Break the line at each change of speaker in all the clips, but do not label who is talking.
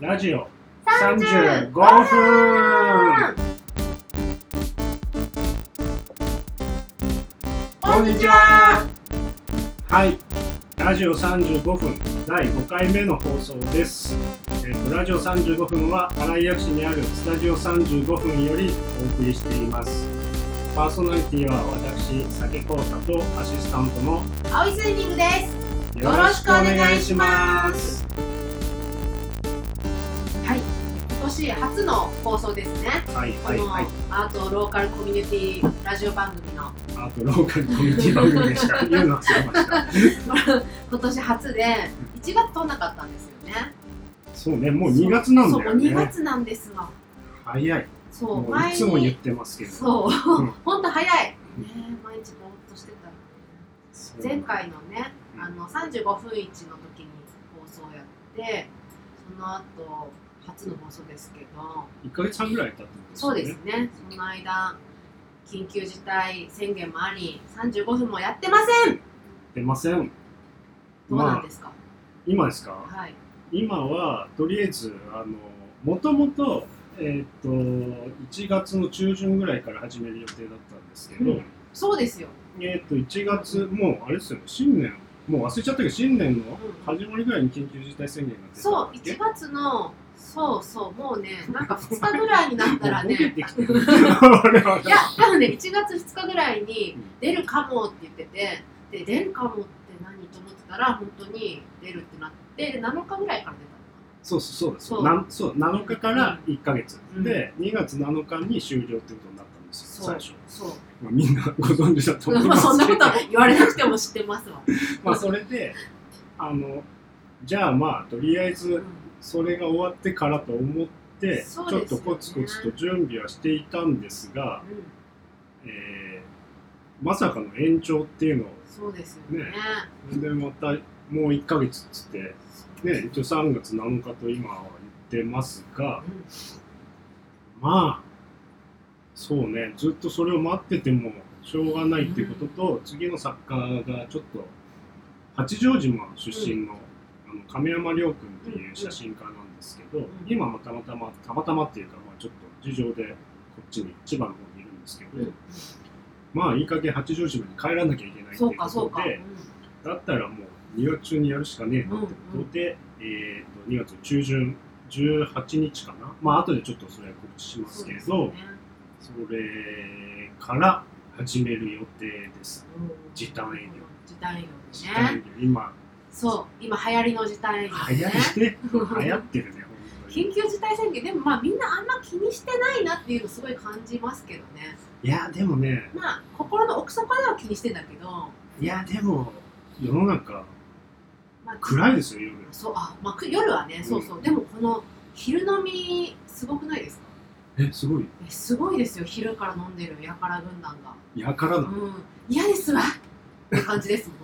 ラジオ35
35分
分
こんにちは
はいラジオ35分第5回目の放送です、えーとラジオ35分は新井薬師にあるスタジオ35分よりお送りしていますパーソナリティは私酒浩太とアシスタントの
青いスイミングです
よろしくお願いします
はい今年初の放送ですね
はい
こ
はい
の
はい
アートローカルコミュニティラジオ番組の
あとローカルコミュニティ番組でした言うの忘れました
今年初で1月取んなかったんですよね
そうねもう2月なんだよ
そう2
ね
月なんですわ
早い
そう
もういつも言ってますけど
そう、
ん
ほんと早い、ね
うん
毎日ぼーっとしてた
そう
前回のね
うん
あの35分1の時に放送やってその後初の放送ですけど
1ヶ月半ぐらい経ってます
そ
よ
うですねその間緊急事態宣言もあり35分もやってません
出ません
どうなん
まあ
ですか、
今ですか
はい
今はとりあえずあのもともとえーっと1月の中旬ぐらいから始める予定だったんですけど、
うんそうですよ
えーっと1月もうあれですよね新年もう忘れちゃったけど新年の始まりぐらいに緊急事態宣言が出た
そうん
だっけ
1月のそうそうもうねなんか2日ぐらいになったら
もうボケ
ね
てきてる我々
いや、多分ね、1月2日ぐらいに出るかもって言ってて、で、出るかもって何と思ってたら、本当に出るってなって、で7日ぐらいから出た
そうそうそうです
そう
なんそう7日から1ヶ月、
うん
で2月7日に終了ってことになったんですよ
そ
最
う
初、
の。そ。
まあ、みんなご存知だと思いうま
まあ、
すけど
そんなこと言われなくても知ってますわ。
まあそれであのじゃあまあとりあえ
う
ず
ん
それが終わってからと思って、ち
そう
ょっ
ですよね
とコツコツと準備はしていたんですが、
うん
えーまさかの延長っていうのを
そうですよ
ね
ね。
でまたもう1ヶ月っつって、ね、一応3月7日と今は言ってますが
うん
まあそうねずっとそれを待っててもしょうがないっていうことと、次の作家がちょっと八丈島出身の,、あの亀山亮君っていう写真家なんですけど、
ん
今もたまたまたまたまっていうか、まあ、ちょっと事情でこっちに千葉の方にいるんですけど、
うん
まあいい加減八丈島に帰らなきゃいけないってい
そううか、
こ
そう
と
か。
でだったらもう2月中にやるしかねえなってことで、えー、と2月中旬18日かなまあ後でちょっとそれは告知し
うん
ますけ
そうです
ど
よね
それから始める予定です。
うん
時短営業
時短営業
時
で
短営
ね。
業今、
そう、今流行りの時短営業
流
で
行
ね。
って、流行ってるね、本当に。
緊急事態宣言でもまあみんなあんま気にしてないなっていうのすごい感じますけどね
いや、でもね、
まあ心の奥底では気にしてんだけど、ま
いや、でも、世の中、
あ、
暗いですよ、夜。
そうあ、まあ、く夜はねそうそう、
うん
でもこの昼飲みすごくないですか
え、すごい、
えすごいですよ昼から飲んでるやから軍団が
やから
う
だ。
ん嫌ですわって感じですもん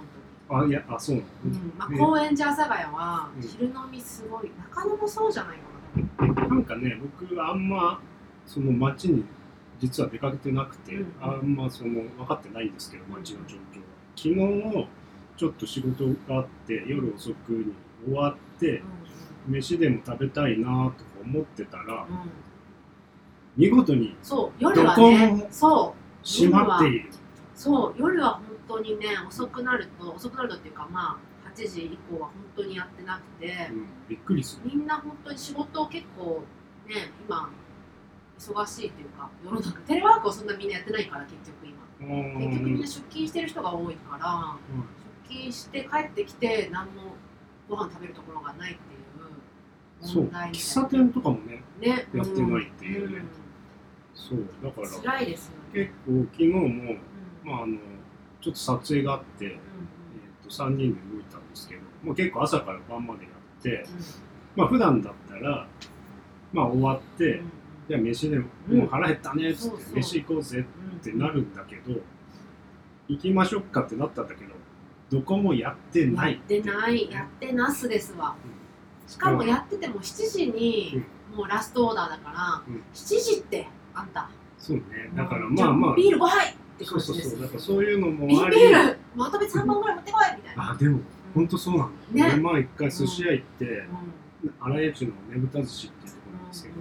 本
あ、いや、あ、そうな
当に、
の、
うんまあ、
ね
高円寺阿佐ヶ谷は
うん
昼飲みすごい中野もそうじゃないかな
なんかね、僕、あんま、その街に、実は出かけてなくて、
うん
あんま、その、分かってないんですけど、街の状況は。昨日、ちょっと仕事があって、夜遅くに終わって、飯でも食べたいなとか思ってたら、
うん、うん、
見事に
そう夜はね
どこも
そう
閉まっている。
そう夜は本当にね遅くなると遅くなるとっていうかまあ8時以降は本当にやってなくて
うん、びっくりする。
みんな本当に仕事を結構ね今忙しいっていうか世の中テレワークをそんなみんなやってないから結局今結局みんな出勤してる人が多いから出勤して帰ってきて何もご飯食べるところがないっていう
そう
問題み
喫
たい
茶店とかもね
なね
やってないっていうね、
ん
そうだから
うん
結
辛いですよね、
構昨日も、
うん
まあ、あのちょっと撮影があって、え
う
ー、
ん
と3人で動いたんですけど、まあ、結構朝から晩までやって
うん
まあ普段だったら、まあ、終わって、
うん
じゃあ飯でも
うん
もう腹減ったねっつって、
そうそう
飯行こうぜ
うん
ってなるんだけど行きましょうかってなったんだけどどこもやってな
や
い
ってないやってなすですわしかもやってても7時にもうラストオーダーだから、
うん
7時ってあんた
そうねだから
もう
まあまあ
ビール5杯って
そ
感
うそ
じ
う
で
そ
す
うだからそういうの
ビ
もあ
ー
り
ルまとめ3本ぐらい持ってこいみたいな
あでも本当そうなんだ、
ね
俺前一回寿司屋行って、
うん
荒井駅のねぶた寿司っていうところなんですけど、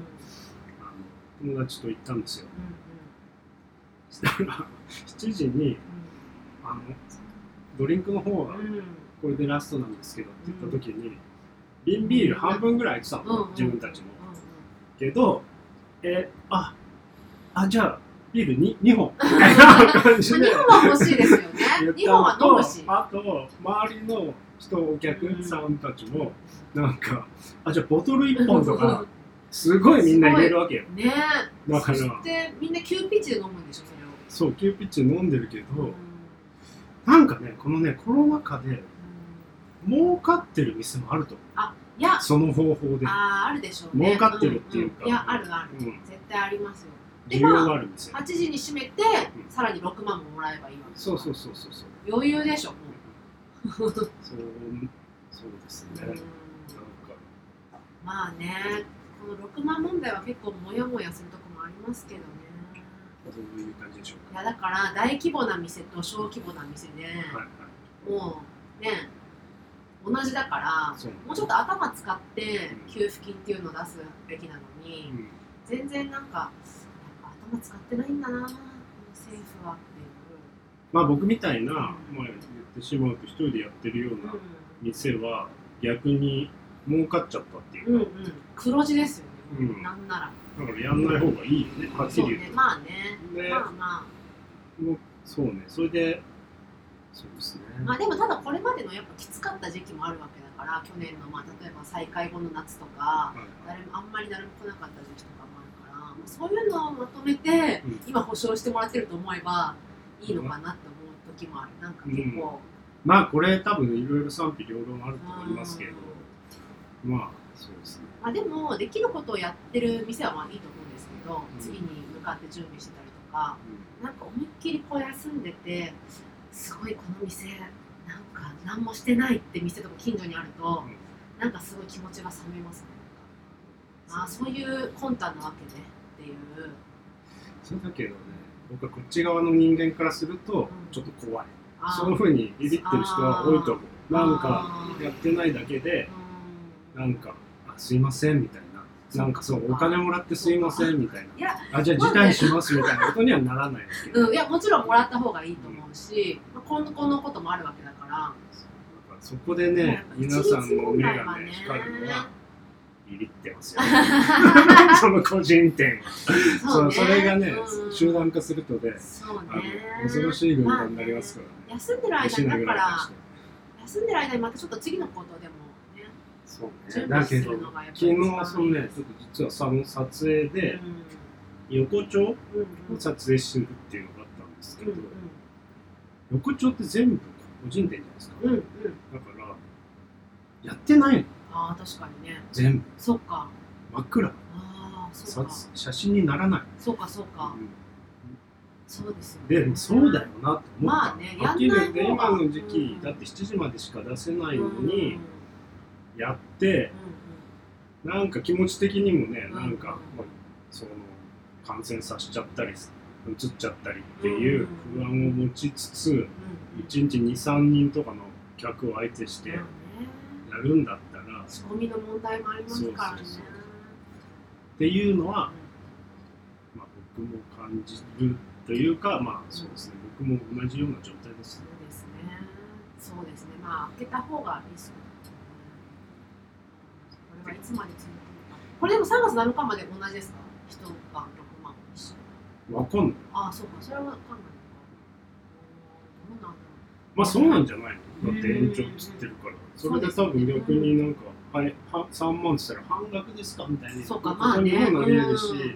あの友達と行ったんですよそしたら7時 にあのドリンクの方がこれでラストなんですけどって言った時に瓶ビール半分ぐらい空いてたの、自分たちのけどえああじゃあビール 2, 2本 みたいな感じで
日本は欲しいですよね。日本は飲むし。
あと周りの人お客さんたちもなんかあじゃあボトル1本とかすごいみんな入れるわけよ
ねえ。
だから
そしてみんな急ピッチで飲むんでしょ、そ
そう急ピッチで飲んでるけ
れを。
どなんかねこのねコロナ禍で儲かってる店もあると
いや、
その方法で
あーあるでしょうね。
儲かってるっていうか
んんいや、あるある。
うん
絶対ありますよ。
需要がある店
8時に閉めて、
ん
さらに6万ももらえばいいわけ
そうそうそうそうそう
余裕でしょ、もう。
そうそうですねなんか
まあね、この6万問題は結構モヤモヤするとこもありますけどね。
どういう感じでしょう
いやだから大規模な店と小規模な店で、
かはいはい
もうね、同じだから、
そう
もうちょっと頭使って
うん
給付金っていうのを出すべきなの
う
に、
ん
全然なんか、やっぱ頭使ってないんだな、この政府はっていう。
まあ僕みたいな、まあ、言ってしまうと一人でやってるような店は逆に儲かっちゃったっていう
うん、うん、うん、黒字ですよね、
うん
なんなら。
だからやんない方がいいよね、はっき
そう
り言
ね
う、と。
まあね、
ね
まあま
もうそうね、それで、そうですね。
あ、まあでもただこれまでのやっぱきつかった時期もあるわけだから、去年の、まあ、例えば再開後の夏と
は
か、
い
誰もあんまり誰も来なかった時期とかもあるから、まあ、そういうのをまとめて、
うん
今保証してもらってると思えばいいのかなって思う時もあるなんか結構、
まあこれ多分いろいろ賛否両論あると思いますけど
うん、
まあそうですね。
まあ、でもできることをやってる店はまあいいと思うんですけど、
ん
次に向かって準備してたりとかなんか思いっきりこう休んでてすごいこの店なんか何もしてないって店とか近所にあると、
うん
なんかすごい気持ちが冷めますねああそういう魂胆なわけねっていう、
それだけどね、僕はこっち側の人間からすると
ん
ちょっと怖い。
ああ
そういうふうにビビってる人は多いと思う。なんか
ああ
やってないだけで、
うん
なんか、あすいませんみたいな。なんかそう、お金もらってすいませんみたい
いや
な。あ、じゃあ辞退しますみたいなことにはならないですけど。
うん、いやもちろんもらった方がいいと思うし、まあ、今後のこともあるわけだから、
なんかそこでね、
うん
皆さんの目がね、
一律
光
問題はね
るのは、ビビってますよ、ね。 その個人店は。そう
ね
それがね、
うん
集団化するとで、
そうね
あの、恐ろしい軍団になりますから
まあ
ね。
休んでる
吉
間
野
に
ぐ
だから
いから
ら休んでる間にまたちょっと次のことでもね
そう
準
ね。だ
備
け
す
ど
る、のがやっぱ
昨
り
日
一番、
そのね、ちょっと実はその撮影
うん
で、横丁を
うんうん
撮影してるっていうのがあったんですけ
うん
ど、横丁って全部個人店じゃないですか。
うんうんうん
だから、やってないの、
ああ確かにね
全部。
そっか
真っ暗。
ああそうか
撮写真にならない。
そうかそうか、
うん
そうですよね
でもそうだよなって思った、
まあね
はっきり言って
やんない
今
方が
の時期、
うん
だって7時までしか出せない
うん
の
うんうん
に、やってなんか気持ち的にもねなんか、まあその感染させちゃったりうつっちゃったりっていう不安を持ちつつ
うん
1日23人とかの客を相手して
ま
や
あね
るんだったらっ
仕込みの問題もありますからね。
そうそうていうのは、まあ、僕も感じるというかまあそうですね僕も同じような状態です
そ
ね。
うですね。そうですね。まあ開けた方がいいそうこれはいつまで続くのか。これでも3月7日まで同じですか？一晩6万一緒。
わかんない。
ああそうか。それはわかんないのか。うんどうなんだろ。
まあそうなんじゃないのだって延長っつってるから、それで多分逆になんか、はい、は3万っつったら半額ですかみたいうな
そうかまあね。
そういうものになりえ
うんうん
るし、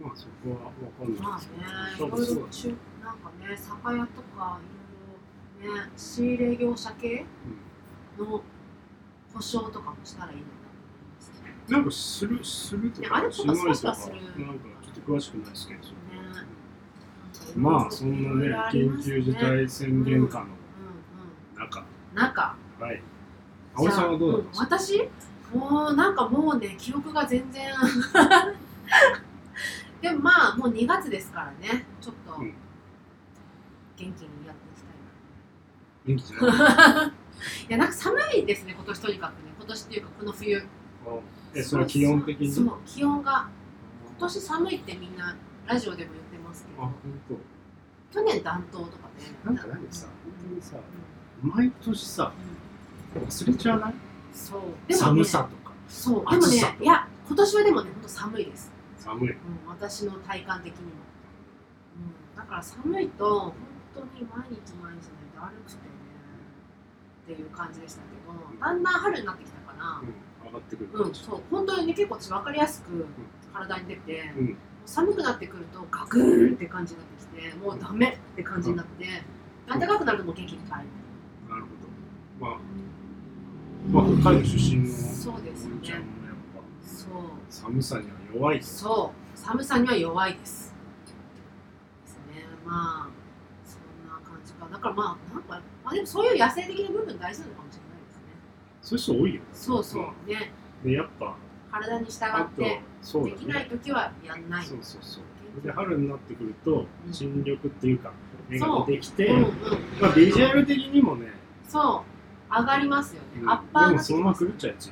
まあそこは分かんない
ま
です
あね。い
けど、
ろ
多分
い
そう
ろ
だし、
中なんかね酒屋とかいろいろね仕入れ業者系。の保証とかもしたらいいのかなと思いますけどね。
うん、なんかするすると
いやあれ
か
と
し
か
ないと
そうと
か、
かする
なんかちょっと詳しくないですけど、
なんかいろいろ
まあそんなね
いろいろありま
緊
す
急事態宣言下の
う
中、
んうん、なんか、
はい。青井さんはどうだったんですか、
じゃあうん私もうなんかもうね、記憶が全然。 でもまあ、もう2月ですからね、ちょっと
う
元
ん
気にやっていきたいな。
元気じゃない
いや、なんか寒いですね、今年とにかくね。今年っていうかこの冬
え、その気温的に。
そう気温が今年寒いってみんなラジオでも言ってますけ
あ、
ど
本当。
去年暖冬とかね
なんか何さ、本当にさ、毎年さ、忘れちゃわない
そうでも、ね、
寒さとか。
そうでも
暑さ
ねいや今年はでもね本当寒いです、
寒い。
うん、私の体感的にも、うん、だから寒いと本当に毎日毎日ねだるくてねっていう感じでしたけどだんだん春になってきたかな
うん、上がってくる。
うんそう本当にね結構分かりやすく体に出て、
うん
寒くなってくるとガクーンって感じになってきてもうダメって感じになって暖かくなるともう元気に帰る、
なるほど。まあ、まあ、北海道出身の
そうですよ
ちゃん
ね
もやっぱ
そう
寒さには弱いです。
そう、寒さには弱いです。ですね、まあ、そんな感じか。だからまあ、なんか、まあでもそういう野生的な部分大事なのかもしれないですね。
そういう人多いよ。
そうそう、ね、
で、やっぱ、
体に従
あ
っ
と
て、、
そう
で
だ
きな
ね。
い時はやんない。
そうそうそう。で、春になってくると、
うん
新緑っていうか、芽が出てきて、
うんうん。
まあ、ビジュアル的にもね、
そう、上がりますよね。
うん
アッパー
で
にな
も
って
そ
き
のま
ま
ます狂っちゃうやつ。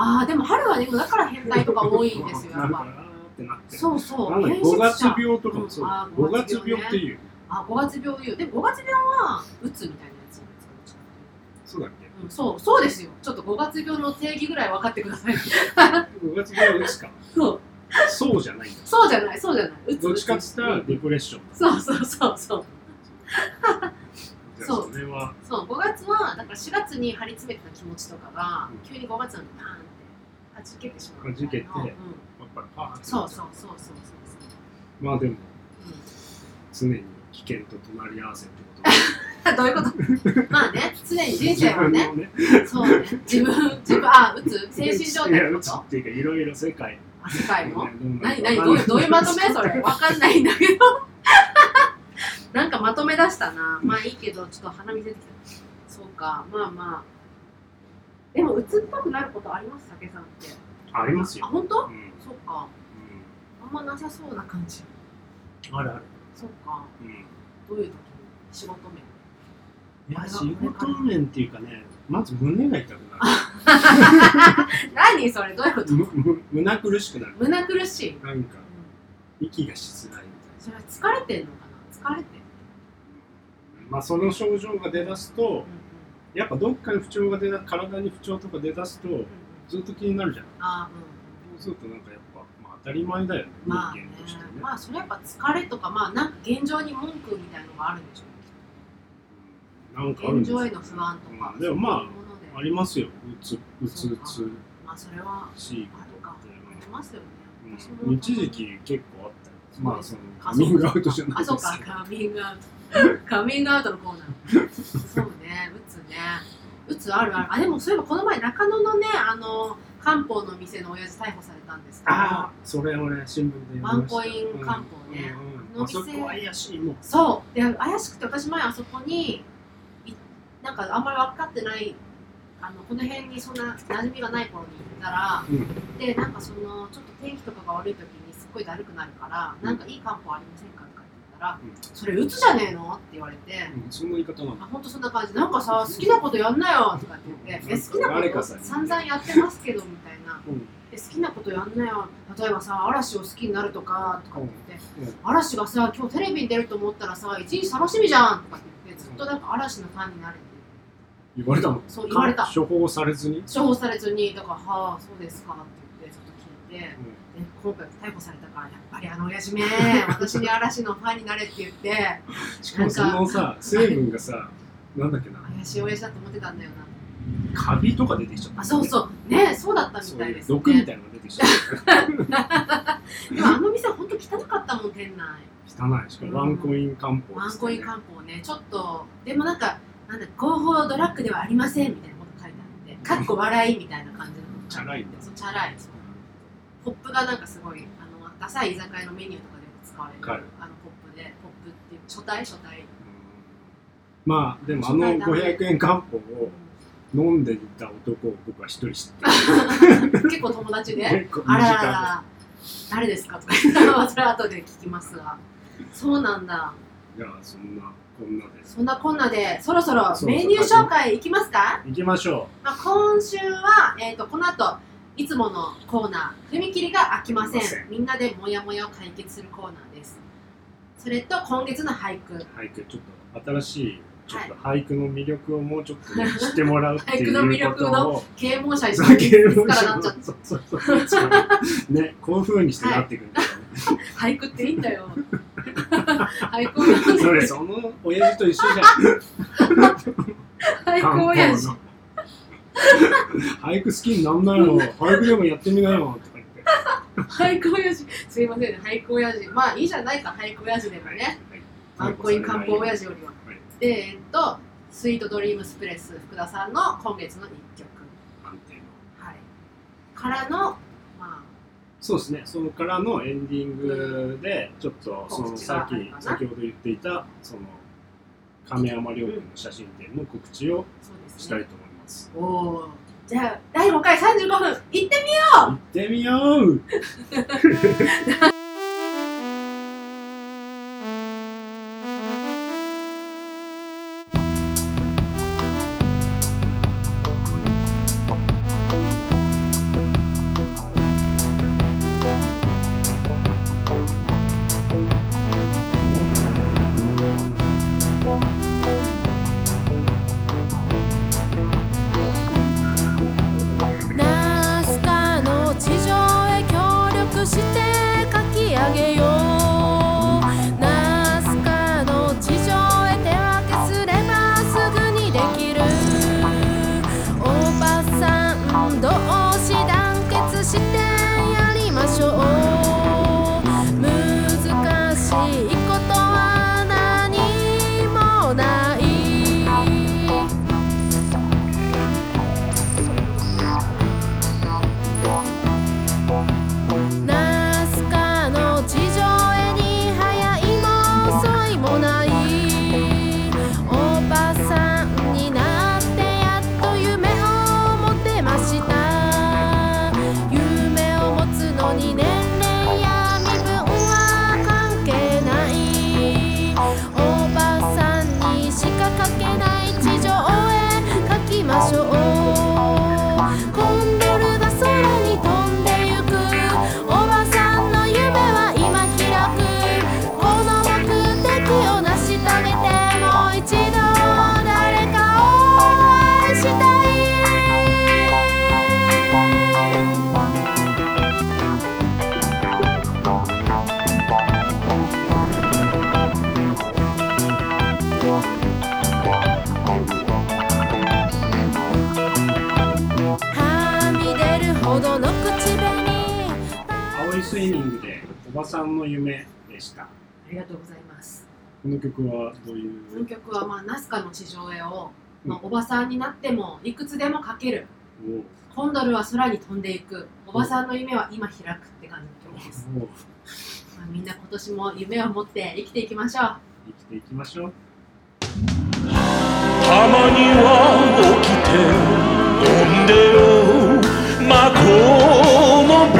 ああ、でも春はね、だから変態とか多い んですよ、や
な
っ
んか、あー
ぱ。
ってなって。
そうそう、
なんだ
変
五
質
月
者
病とかもそう
うん
だ
あ。ー
五
五
月
月
病
病ね
っていう。
あ、五月病言う。でも五月病は、うつみたいなやつなんですか、どっちかっていうと
そうだっけ
うんそう、そうですよ。ちょっと五月病の定義ぐらい分かってください。
五月病ですか
そう、
そうじゃないんだ。
そうじゃない、そうじゃない。うつ
どっちかっつったら
う
デプレッション。
つそうそうそうそう。
じゃあ
そ
そうれは、
そう、五月は、だから四月に張り詰めてた気持ちとかが
うん、
急に五月なのにパーンって、はじけてしまうみたい
弾
な。
けて
うん。
やっぱりパーッと
そうそうそうそうそうそう。
まあでも、
う
常に危険と隣り合わせってことで
ん、 どういう ことまあね、常に人
自
生は
分
ね
の、ね、
そうね、自分、自分、あ、うつ、精神状態
い
のこ
やう
と
ちっていうか、いろいろ世界。
あ、世界の何何
何
どういうどういうまとめそれわかんないんだけど なんかまとめ出したなまあいいけどちょっと鼻水出てきたそうかまあまあでもうつっぽくなることあります酒さんって
あります
あ
よ。
本当
うんうん
そうかあんまなさそうな感じ
あるある。
そうか
うん
どういう時に仕事面
い や、仕事面っていうかね、まず胸が痛くな
何それどういうこ
る。
と
むむ胸苦しくなる。
胸苦しい、うん、
なんか、息がしづらいみたい
それは疲れてんのかな疲れてる
な。まあ、その症状が出だすと、やっぱどっかに不調が出だ、体に不調とか出だすと、
うんうんうん
ずっと気になるじゃん。
あーうん
そうするとなんかやっぱ、まあ、当たり前だよね、人
まあね
間としてね。、
まあそれやっぱ疲れとか、まあなんか現状に文句みたいのがあるんでしょ
うんなんかある
うん現
ですよ
状への不安とか
う、んでもま
そういうもので
あ、ありますよ。うつ、うつ、うつ
まあそれは
し、
あるか、ありますよね。私
う
も
ん、一時期結構あったよ。まあ、その、カ
あ
ミングアウトじゃない
あ、
です
そう
けど
か、カミングアウト。 カミングアウトのコーナー。そうね、うつね。うつあるある。あ、でもそういえばこの前中野のね、あの、漢方の店の親父逮捕されたんですけど、
ああ、それ俺、新聞で読みま
ワン
した。
コイン漢方ね。
うんうん
あの
あそこ
店
怪しいもん。
そうで怪しくて私前あそこにいなんかあんまり分かってないあのこの辺にそんな馴染みがない頃に行ったら、
うん
でなんかそのちょっと天気とかが悪い時にすっごいだるくなるから、
うん
なんかいい漢方ありませんかとか言ったら、
うん
それうつじゃねえのって言われて、
うんそんな言い方なの。
あ本当そんな感じなんかさ好きなことやんなよとかって言って、
うん
え好きな
誰
こ
か
と
さんに
散々やってますけどみたいな
うん
で好きなことやんなよ例えばさ嵐を好きになるとかとかって言って。
うん
嵐がさ今日テレビに出ると思ったらさ一日楽しみじゃんとかって言ってずっとなんか嵐のファンになれて
言われたもん。
そう言われた
処方されずに。
処方されずにだから「はあそうですか」って言ってずっと聞いてで今回逮捕されたからやっぱりあの親 父め私に嵐のファンになれって言って
しかもそのさ、成分がさ、なんだっけな、
怪しい親父だと思ってたんだよな
カビとか出てきちゃった。
あそう
う。
そうねそうだったみ
そう
たい
い
で
う
す
毒み
ね
たいなのが出てきちゃった。
でもあの店本当汚かったもん店内
汚いしかもワンコイン漢方ですね、
ワンコイン漢方ねちょっとでもなんかなんだ合法ドラッグではありませんみたいなこと書いてあってかっこ笑いみたいな感じの
チャラいんだ
そうチャラいそうポップがなんかすごいあのダサい居酒屋のメニューとかでも使われ
わかる
るあのポップでポップっていう初代初 代
まあでもあの500円漢方を飲んでいた男を僕は一人知って
結構友達
る
で
結構
あ
身
らら
近
ら
な
ら誰ですかとか言ったらそれは後で聞きますがそうなんだ
いやそんなこんなです。
そんなこんなで、そろそろ
そうそう
メニュー紹介いきますか
行きましょ
まあ、今週は、えー、とこの後いつものコーナー「踏切が開きませ
開
ん
きませ」ん
みんなでモヤモヤを解決するコーナーですそれと今月の俳句
う。俳句、ちょっと新しい、ちょっと俳句の魅力をもうちょっとね、知ってもらうってい
俳句の魅
うこ
力
とを。
啓蒙者に
そう
して
いう
る
こ
からなっ
と
ちゃっ
をそうそうそうそう ね、こういう風にしてなっていくんだよね。
て俳句っていいん だよ俳句を読んで
それ、その親父と一緒じゃ
俳
ん。
句親父
漢方 の俳句好きになんないの俳句でもやってみなよとか言って。
俳句親父すいません俳句親父まあいいじゃないか俳句親父でもねワンコイン漢方親父よりはでえっと「スイートドリームスプレス」福田さんの今月の一曲
安定の
はいからのまあ
そうですね、そこからのエンディングで、ちょっとその
告知
さ
が
っ
ある
き
かな
先ほど言っていたその亀山亮君の写真展の告知を
そうで
し
す
た
ね
い。と思います。
おおー。じゃあ第5回35分行ってみよ
行ってみよう
ナスカの地上へ協力して書き上げようナスカの地上へ手分けすればすぐにできるおばさん同士団結してやりましょう難しいことは何もないナスカの地上絵に早いも遅いもないおばさんになってやっと夢を持てました夢を持つのに年齢や身分は関係ないおばさんにしか描けない地上へ描きましょうコンドルが空に飛んでゆくおばさんの夢は今開くこの目的を成し遂げてもう一度誰かを愛したいはみ出るほどの口紅
青いスイミングでおばさんの夢でした。
うありがとうございます。
この曲はどうい
この
う
曲は、まあ、ナスカの地上絵を、まあ
う
おばさんになってもいくつでも描ける
おう
コンドルは空に飛んでいくおばさんの夢は今開くって感じの曲です、
おう
まあ、みんな今年も夢を持って生きていきましょう
生きていきましょう。
たまには起きて飲んでよ魔法のブ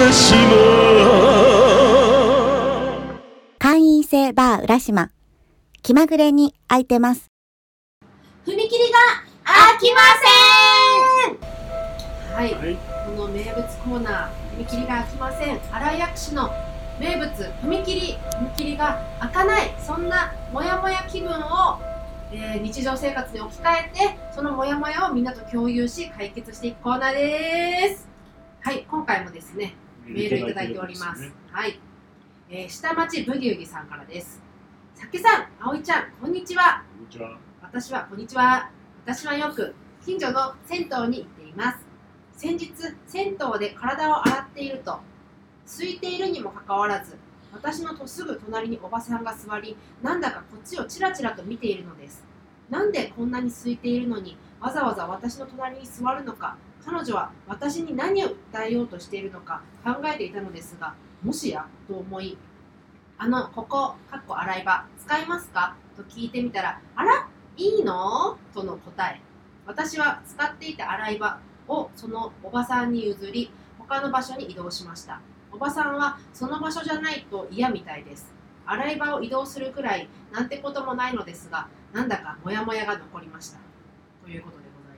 ラシマ
会員制バー浦島。気まぐれに空いてます。
踏切が開きませんはい
はい、
この名物コーナー踏切が開きません新井薬師の名物踏切踏切が開かないそんなモヤモヤ気分を、えー日常生活に置き換えてそのモヤモヤをみんなと共有し解決していくコーナーですはい今回もですねメールいただいております。はい、えー下町ブギウギさんからです酒さん葵ちゃんこんにちは
こんにちは。
私はこんにちは私はよく近所の銭湯に行っています先日銭湯で体を洗っていると空いているにもかかわらず私のとすぐ隣におばさんが座りなんだかこっちをちらちらと見ているのですなんでこんなに空いているのにわざわざ私の隣に座るのか彼女は私に何を訴えようとしているのか考えていたのですがもしやと思いあのここかっこ洗い場使いますかと聞いてみたらあらいいのとの答え私は使っていた洗い場をそのおばさんに譲り他の場所に移動しましたおばさんはその場所じゃないと嫌みたいです洗い場を移動するくらいなんてこともないのですがなんだかモヤモヤが残りましたということでござい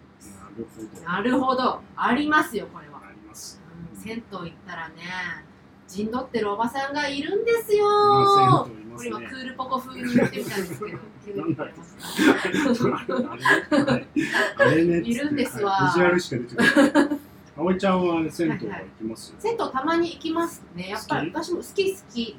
ます
なるほど。
なるほどありますよこれは、
あります。
うん、銭湯行ったらね陣取ってるおばさんがいるんですよ
まあ、銭湯いま
こ
す
れ
ね。
はクールポコ風に言ってみたんです けど
なんだっあれあれね。
いるんですわ
はいビジュアルしか出てこない。葵ちゃんはね銭湯は行きますよ。
銭湯たまに行きますねやっぱり
好
私も好き好き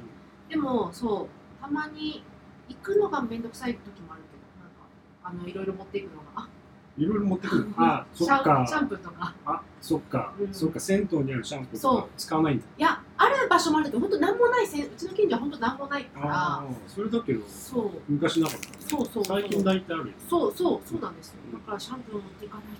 でもそうたまに行くのがめんどくさい時もあるけどなんかあのいろいろ持っていくのがあ
いろいろ持ってくる。あ、
シ
そっ
ャンシャ
か。
ンプーとか
あ、そっか
う。ん
そっか。銭湯にあるシャンプーと
そ
か使わないんだ。
いやある場所もあるけど本当なんもないせんうちの近所は本当なんもないから
ああ、それだけど
そう
昔なかったね。
そうそう
最近大体あるよ。
そうそうそうなんですよだからシャンプーを持っていかないと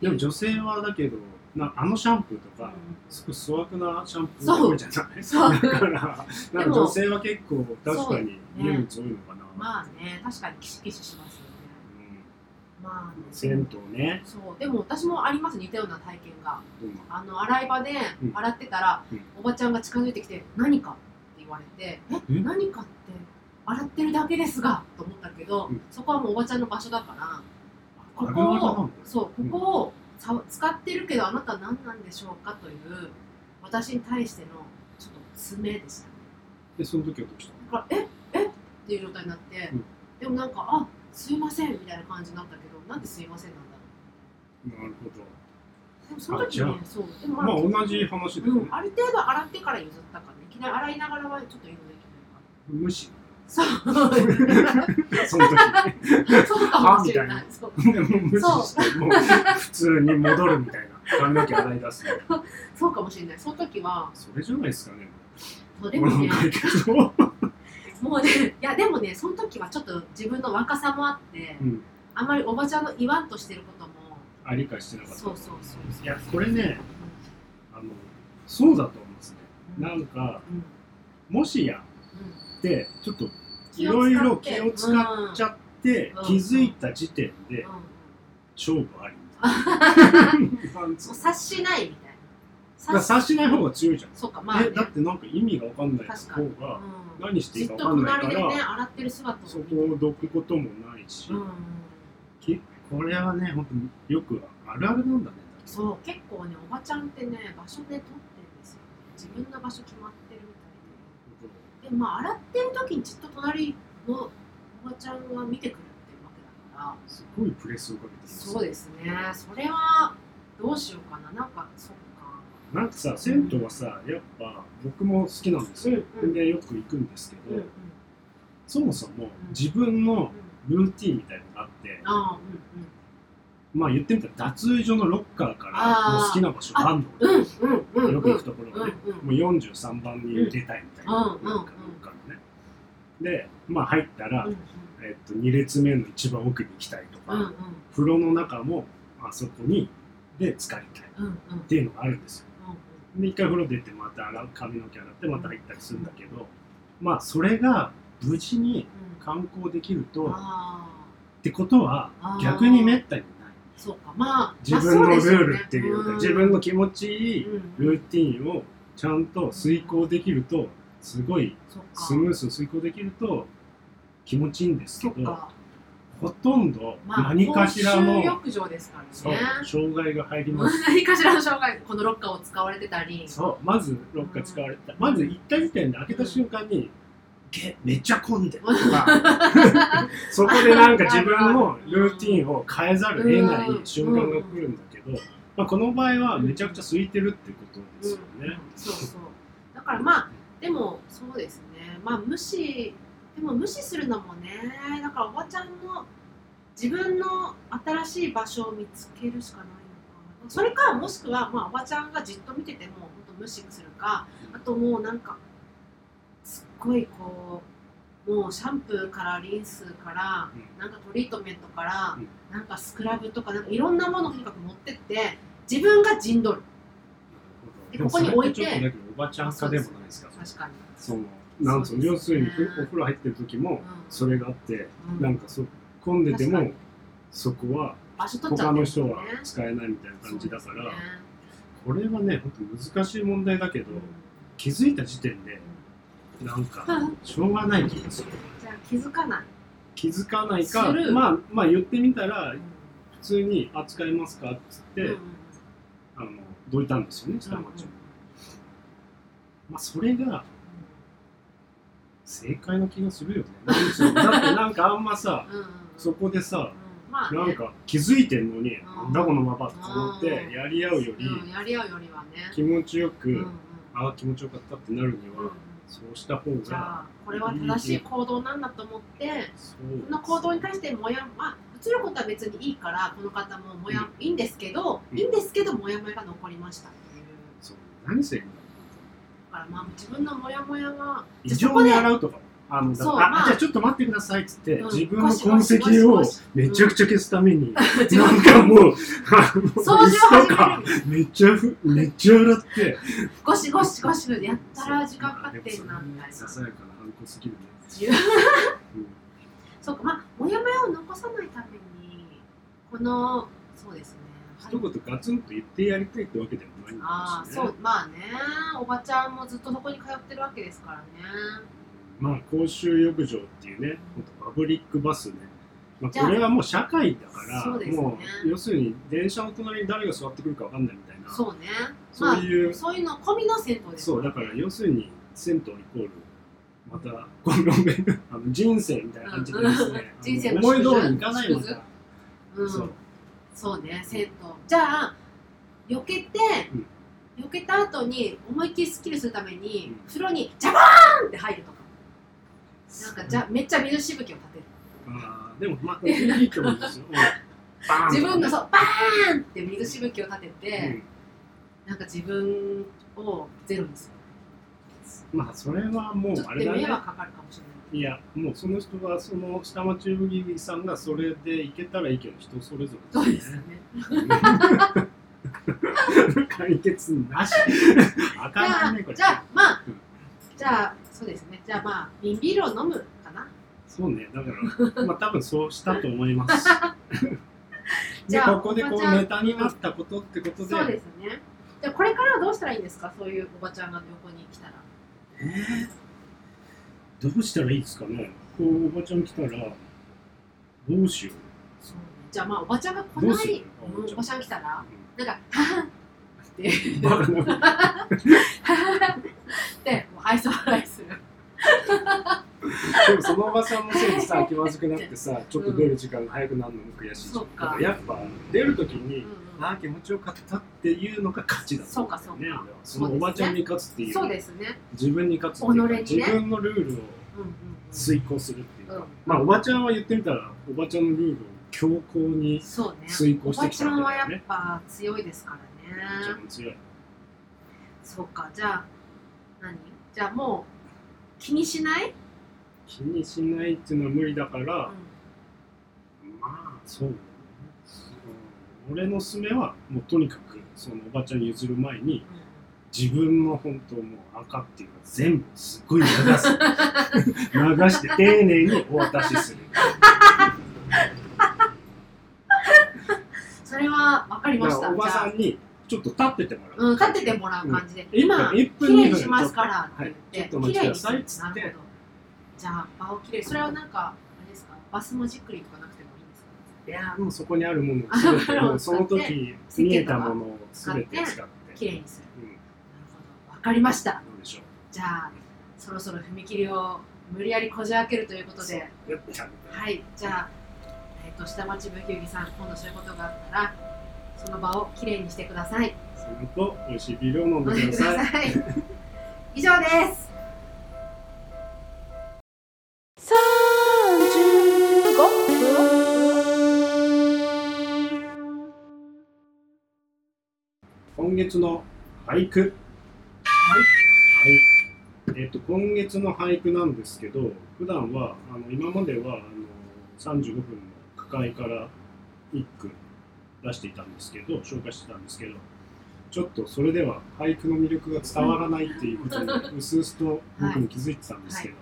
でも女性はだけど、なあのシャンプーとか。すごい粗悪なシャンプーが多いじゃない
そう
だから、なんか女性は結構確かに匂い強いのかな。
まあね確かにキシキシしますよね
うん
まあね
銭湯ね。
そうでも私もあります似たような体験が
どうなの
あの洗い場で
うん
洗ってたら、
うん
おばちゃんが近づいてきて「何か?」って言われて「え
え
何かって洗ってるだけですが」と思ったけど、
うん
そこはもうおばちゃんの場所だからこ
あ
こ
るあるな
を
んだ
そうここをさ使ってるけどあなた何なんでしょうかという私に対してのちょっと爪でしたね
で、その時はどうした
だから「ええっ?」ていう状態になって、
うん
でもなんか「あすいません」みたいな感じになったけどなんですいませんなんだろ
のなるほど。
うでもその時
あ
ねそうでも
まあ、同じ話で、
う
ね
ん、ある程度洗ってから譲ったからねいきなり洗いながらはちょっと移動でき
無視。
ない から
その時。
そうそうかもしれな
あ
いそう
でも無視して、もう普通に戻るみたいな。髪の毛洗い出すみたいな。
そうかもしれないその時は
それじゃないですかね。
そうで
こ
も
の
ね
解決を。
もうねいやでもねその時はちょっと自分の若さもあって、
うん
あんまりおばちゃんの言わんとしてることも
あ、理解してなかった。
そうそうそうそう
いや、これね、あの、そうだと思うんですね。なんか、
うんうん
もしやって、ちょっとい
気を使って
ろいろ気を使っちゃって、
うん
気づいた時点
うん
で
うんも
勝負ありみたいな。なんつ
う
う
察しないみたい
だか
な
ら察しない方が強いじゃん。
そうかまあ、ね
えだってなんか意味がわかんない
確
方
かに
が
うん
何してい
ず
い
っ
か
と
わかんない
隣
か
でね
ら、
洗ってる姿を
そこをどくこともないし、
うん
きこれはね、本当よくあるあるなんだね。
そう結構ねおばちゃんってね場所で撮ってるんですよ自分の場所決まってるみたいででまあ洗ってる時にじっと隣のおばちゃんが見てくれてるわけだから
すごいプレスをかけてます
そうですねそれはどうしようかななんかそっか
なんかさ、銭湯はさ、やっぱ僕も好きなんですよ。
うん
で、よく行くんですけ
うん
ど
うん、
そもそも
ん
自分の
うん
ルーティンみたいなのがあって、
ああ
まあ言ってみたら脱衣所のロッカーから
あー
もう好きな場所があるの。
うんうんうんうんうん
よく行くところ
うんう
が
ん
ね、もう43番に出たいみたいな、
うん
なんかどっかのね。で、まあ入ったら、
うん
えっと、2列目の一番奥に行きたいとか、
うんうんうん
風呂の中もあそこにで浸かりたいっ
うんうん
ていうのがあるんですよ。
うん
で、一回風呂出てまた洗う髪の毛洗ってまた入ったりするんだけど、まあそれが無事に観光できると、
うん
っ
あ
てことは
あー
逆にめったにない。
あそうかまあ
自分の
まあ
ル
そうですよ
ー
ね
ルっていうか、
ん
自分の気持ちいい
うん
ルーティンをちゃんと遂行できるとすごい
そっか
スムースに遂行できると気持ちいいんですけ
そっ
ど
か、
ほとんど
まあ、
何かしらの、
公衆浴場ですから
そう
ね。
障害が入ります。
何かしらの障害、このロッカーを使われてたり、
そうまずロッカー使われた、まず行った時点で開けた瞬間に「げめっちゃ混んでる」とか そこでなんか自分のルーティンを変えざるを得ない瞬間が来るんだけど、まあ、この場合はめちゃくちゃ空いてるってことですよね。
そうそう。だからまあ、でもそうですね、まあ無視、でも無視するのもね、だからおばちゃんの自分の新しい場所を見つけるしかないのかな。それか、もしくは、まあ、おばちゃんがじっと見てても、本当無視するか、あともうなんか、すっごいこう、もうシャンプーからリンスから、なんかトリートメントから、
うん
なんかスクラブとかなんかいろんなものをとにかく持ってって自分が陣取るでここに置いて
でもそれってちょっとだけどおばちゃん化でもないですか
確かに、
そのなんつうの
そう
要
ですす
る
ね
にお風呂入ってる時も
うん
それがあって、
うん
なんかそ混んでて
確
も
かに
そこは
場所取っち
他
ゃって
の
る
人
ん
は
だよね
使えないみたいな感じだから、
そうですね
これはね本当難しい問題だけど、
うん
気づいた時点でなん か、しょうがない気がする。
じゃあ気づかない。
気づかないか
する、
まあ、まあ言ってみたら
う、ん
普通に扱いますかっつって、
うん
あの、どいたんですよね、下町を。まあ、それが正解な気がするよね。なんつうのだってなんかあんまさ、
うんうん
そこでさ
う、んまあね
なんか気づいてんのに、
ん
なんだこのままと思って、やり合うより、
うんやり合うよりはね。
気持ちよく、
うんうん
ああ、気持ちよかったってなるに
うんうん
は、そうした方
じゃ
が、
あこれは正しい行動なんだと思って。
そう
この行動に対してもやまあ映ることは別にいいからこの方ももや、いいんですけど、
うん
いいんですけどモヤモヤが残りましたっていう
そう何せ、
だからまあ自分のモヤモヤが
異常に
じゃあ
洗うとか。あのだから
そう
あ
まあ
じゃあちょっと待ってくださいっつって、
うん
自分の痕跡を
ゴシゴシゴシ
めちゃくちゃ消すため に、
そこで
なんかもう、あの
掃除を
椅子と
始
か
める
めっちゃふ、めっちゃ洗って、
ゴシゴシゴシでやったら時間かかってんなみたい
さ
な
さやかな反抗すぎるね。
自由そうかまあモヤモヤを残さないためにこのそうですね
一言ガツンと言ってやりたいってわけでもないん
ああ
です
そ
よね
う。まあねおばちゃんもずっとそこに通ってるわけですからね
まあ、公衆浴場っていうね、ほんとパブリックバスね。まあ、これはもう社会だから、
そうですね
もう要するに電車の隣に誰が座ってくるかわかんないみたいな、そう
そうねまあ
いう、
そういうの込みの銭湯です
そう、だから要するに銭湯イコール、また、ごめんごめん、あの人生みたいな感じでですね、
うん 人生の
思い通りにいかないの
縮
か
図、うん、
そう、
そうね、銭湯。じゃあ、避けて、避けた後に思いっきりスッキリするために、
うん
風呂にジャバーンって入るとか、なんかじゃめっちゃ水しぶきを立てる。
あーでもまあいいと思うん ですよ。うんバーンと
自分がそう、バーンって水しぶきを立て
う
て、
ん
なんか自分をゼロにす
まあそれはも
る。
う
ちょっ
あ
と
れだ
迷
ね。
惑かかるかもしれない。
いやもうその人はその下町ブギさんがそれでいけたらいいけど人それぞ
そう
れ
ですよね。
うん解決なし。あ
じゃ
か
あ
んねこれ。
じゃあ、まあ
うん、
じゃあ、そうですね。じゃあまあ、瓶ビールを飲むかな。
そうねだからまあ多分そうしたと思います。
じ
で
ゃあ
ここでこ
おば
う
ちゃん
ネタになったことってことで。
そうですね。じゃあこれからはどうしたらいいんですかそういうおばちゃんが横に来たら。
えーどうしたらいいですかね。こうおばちゃん来たらどうし よう。
そうねじゃあまあおばちゃんが来
どう
な
す
い
る
うんおばちゃん来たら
う
なんか「はは」って
んバカな
ってもう愛想笑いする。
でもそのおばさんのせいでさ気まずくなってさちょっと出る時間が早くなるのも悔しいし、
そっか
だらやっぱ出るときに、
うん
ああ気持ちよかったっていうのが勝ちだ
そうかそうか
ね俺はそのおばちゃんに勝つっていう
そうですね。
自分に勝つっていうか
己にね
自分のルールを
うんうんうん
遂行するっていうか、
うん
まあおばちゃんは言ってみたらおばちゃんのルールを強硬に
そうね。
遂行
お
して
ば
き
ち
た
ゃん
わ
は
けだ
や
よ
っ
ね
ぱ強いですから
おばちゃ
ね。
んも強い
そうかじゃあ何じゃあもう気にしない、
気にしないっていうのは無理だから、まあそうだねうん俺のおすすめはもうとにかくそのおばちゃんに譲る前に自分の本当もう赤っていうのは全部すごい流 す流して丁寧にお渡しする
それは分かりま
だか
した。
らおばさ
じゃ
んにちょっと立っててもら
あ
う、
うん、立っててもらう感じで、
一
今
分一
綺
分
麗
二
に
分
しますからって言って、
ちょっとはい
綺
ちょ
麗に
っと
す
お待
る
ちくださいっつって
なるほどじゃあ場を綺麗にそれはなんかあれですかバスもじっくりとかなくてもいいんですか
いやもうそこにあるものを全てもうその時見えたものを全て使って
綺麗にする
うん
なるほどわかりました
どうでしょ
じゃあそろそろ踏切を無理やりこじ開けるということで
うやったみたいな
はいじゃあ、えっと下町ブヒュギさん今度そういうことがあったらその場を綺麗にしてください
それと美味しいビールを飲ん
ご
で
めん
く
く
だ
だ
さい
さい 以上です
今月の俳句はい、えっと今月の俳句なんですけど普段はあの今まではあの35分の句会から1句出していたんですけど紹介してたんですけどちょっとそれでは俳句の魅力が伝わらないっていうことにうすうすと僕も気づいてたんですけど、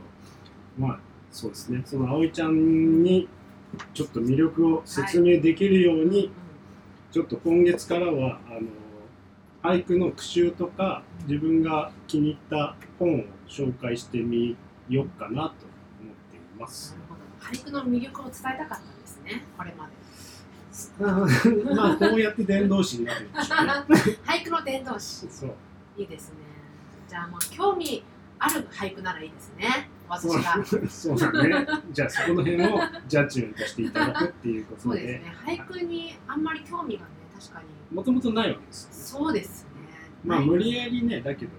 まあそうですねその葵ちゃんにちょっと魅力を説明できるように、
うん
ちょっと今月からはあの俳句の句集とか自分が気に入った本を紹介してみようかなと思っています。
るほど俳句の魅力を伝えたかったんですねこれまで
まあこうやって伝道師になるんでしょうね。
俳句の伝道師
そう
いいですねじゃあもう興味ある俳句ならいいですね私
そう
が
そうだね。じゃあそこの辺をジャッジメントしていただくっていうこ
そ
と
う
で
ですね俳句にあんまり興味がね確かに
もともとないわけですよね。
そうですね
まあ
ない
無理やりねだけど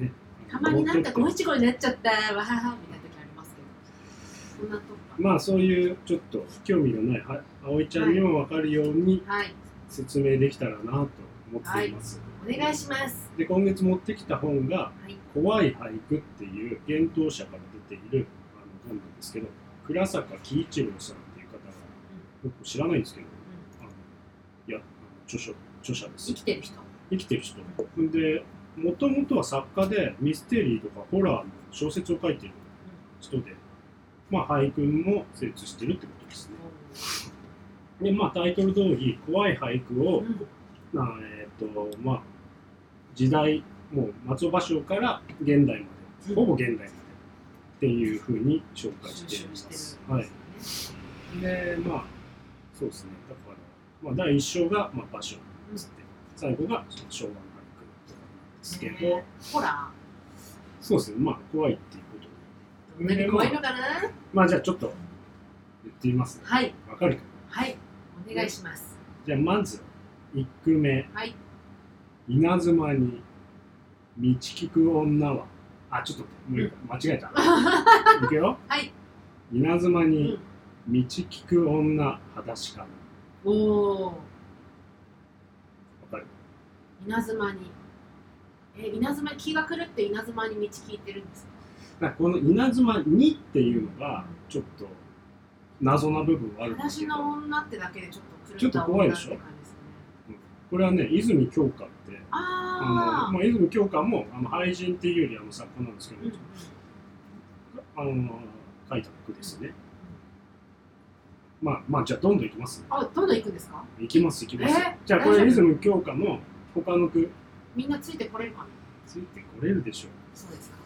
ね。
たまになんか
も
五
うちょっと
七五になっちゃったわははみたいな時ありますけどそんなとこ
まあそういうちょっと興味のないは葵ちゃんにもわかるように
はい
説明できたらなと思っています。
お願いします
で今月持ってきた本が
はい
「怖い俳句」っていう幻冬社から出ているあの本なんですけど倉坂喜一郎さんっていう方が僕知らないんですけど、あのいやあの著書著者です
生きてる人
生きてる人でもともとは作家でミステリーとかホラーの小説を書いてる人で、まあ、俳句も精通してるってことですねでまあタイトル通り怖い俳句を、
うん
まあえっ、とまあ時代もう松尾芭蕉から現代ま
う
で
ん
ほぼ現代までっていうふうに紹介しています、はい、
すね
でまあそうですねだから、まあ、第一章が、まあ、場所つって最後が昭和の俳句とかなんですけど、
ねほら
そうですねまあ怖いっていうことで
どんなに怖いのかな
まあじゃあちょっと言ってみますね
はい
わかるかな
はいお願いします
じゃあまず1句目
はい
稲妻に道聞く女はあちょっと待ってもう間違えた、 いくよ
はい
稲妻
う
に
ん
道聞く女裸足かなわ
おお
かる
稲妻にえ稲妻気が狂って稲妻に道聞いてるんですか
なんかこの稲妻にっていうのがちょっと謎な部分はあるんです
私
けど
の女ってだけでちょっと
ち
狂
ょ
っ
っと
た
怖
女
い
っ
で
て
しょ
感じですね
これはね泉鏡花ってあの
あ
ま
あ
あ、泉鏡花もあの俳人っていうよりあの作家なんですけど、あの書いた句ですね。まあ、まあ、じゃあどんどんいきます。
あどんどん行くんですか
いきます、いきます。
え
じゃあこれ
大丈
泉鏡花の他の句
みんなついてこれるかな
ついてこれるでしょう。
そうですか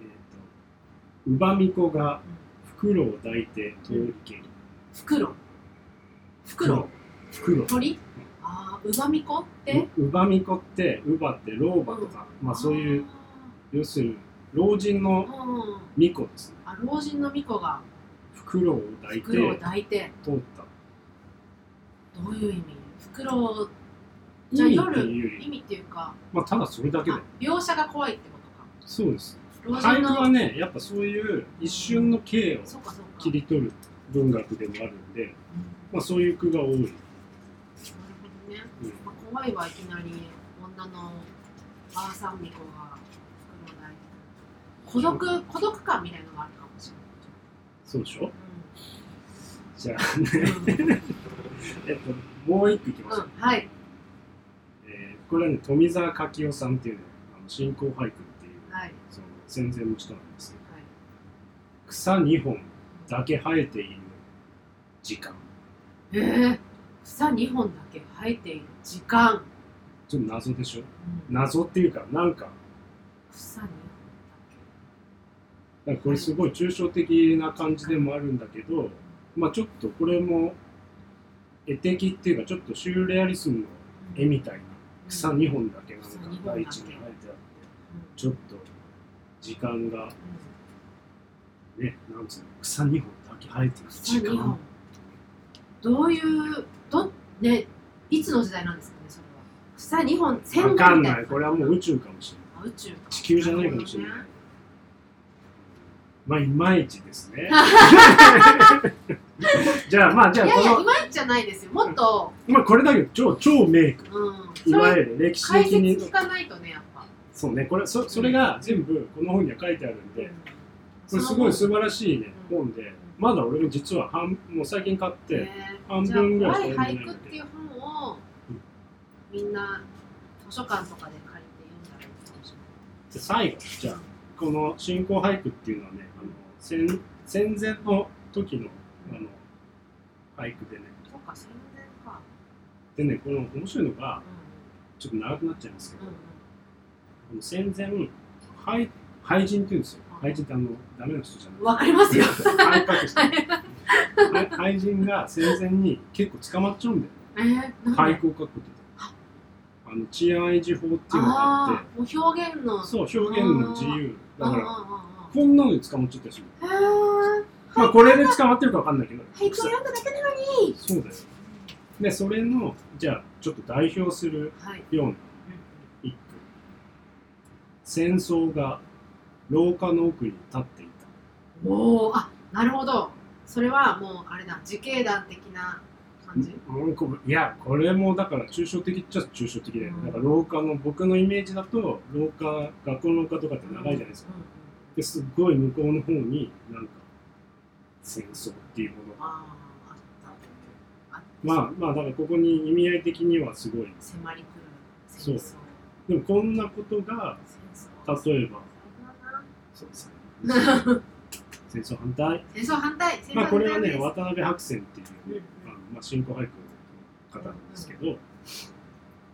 えっ、と、乳母巫女が袋を抱いて通りけり。
袋袋
袋。
鳥ああうばみこって
乳母巫女って、乳母って老婆とか、まあそういう、要するに老人
あ
の
ーうん
巫女ですね。
あ老人の巫女が
袋を抱いて
袋を抱いて
通った。
どういう意味袋をじ
意
ゃあ
味って
夜
いうよ
意
り、
味っていうか
まあただそれだけだよ
あ。描写が怖いってこと
そうです。
か老
俳
人
句
の
はねやっぱそういう一瞬の景を
そうかそうか
切り取る文学でもあるんで、まあ、そういう句が多い、うん
なるほどね、まあ、怖いはいきなり女のばあさんみこが袋を抱いて孤独孤独感みたいなのがあるかもし
そうでしょ
れ
じゃあ、
ない、うん
えっと、もう一句いきま
う
しょう、
ん、はい
えーこれはね富澤柿夫さんっていうねあの新興俳句っていう
はい
その戦前の人なんですけど
はい
草2本だけ生えている時間
えー、草2本だけ生えている時間、
ちょっと謎でしょ
うん
謎っていうかなんか
草2本
な
だ
んかこれすごい抽象的な感じでもあるんだけど、まあ、ちょっとこれも絵的っていうかちょっとシューレアリスムの
け
絵みたいな草
うん
2本だけなん
草二
か
本だけ
大地に生えてあってちょっと時間がねなんつうの草2本だけ生えてる
草
時
2
間
本どういうどねいつの時代なんですかねそれは草2本千
わ
本
かん
みた
ないいこれはもう宇宙かもしれない
あ宇宙
地球じゃないかもしれない
なる
まあいまいちです ねじゃあまあじゃあ
いや
こ
いやい
の
まいちじゃないですよもっと、
まあこれだけど超超名句
うん、そ
いわ
れ
ゆる歴史
解
的に
説聞かないとねやっぱ
そうねこれそそれが全部この本には書いてあるんで、これすごい素晴らしいね、
うん
本で、まだ俺も実は半もう最近買って、半
じゃあ
分ぐらい
怖
し
い
か読んで
俳句
ないんだ
って
け
い
ど
う本を
うん
みんな図書館とかで借りて読んだらいいかもし
で最後じゃあこの新興俳句っていうのはねあの戦戦前の時の
れな
あ
い。
の俳句でね
そうか、戦前か。
でねこの面白いのが
う
ちょっと長くなっちゃいますけど
う、んうん
あの戦前廃廃人って言うんですよ廃人ってあのダメな人じゃない
わか りますよ。
廃棄して廃 廃人が戦前に結構捕まっちゃうんだよ
えー、なん
廃
で
校を書くことであの治安維持法っていうのがあ
あ
っ
あ、もう表現の。
てそう表現の自由だから
ら。
こんなので捕まっちゃったし
へえ。
まあこれで捕まってるかわかんないけど
俳句読んだだけなのに。
そうだよでそれのじゃあちょっと代表する
はい。
ような一句戦争が廊下の奥に立っていた
おお、あ、なるほど。それはもうあれだ、受刑団的な感じ。
うんこいやこれもだから抽象的っちゃ抽象的だよね、
うん
だから廊下の僕のイメージだと廊下学校の廊下とかって長いじゃないですか、
うんうん
ですっごい向こうの方になんか戦争っていうものが
ああ、あっ
まあまあだからここに意味合い的にはすごい
た。迫り来る戦争。
そうでもこんなことが
戦争。
例えばそう ですね戦争反対
戦争反対。戦争反対です
まあこれはね渡辺白泉っていう、ね
うん
あのまあ、新興俳句の方なんですけど、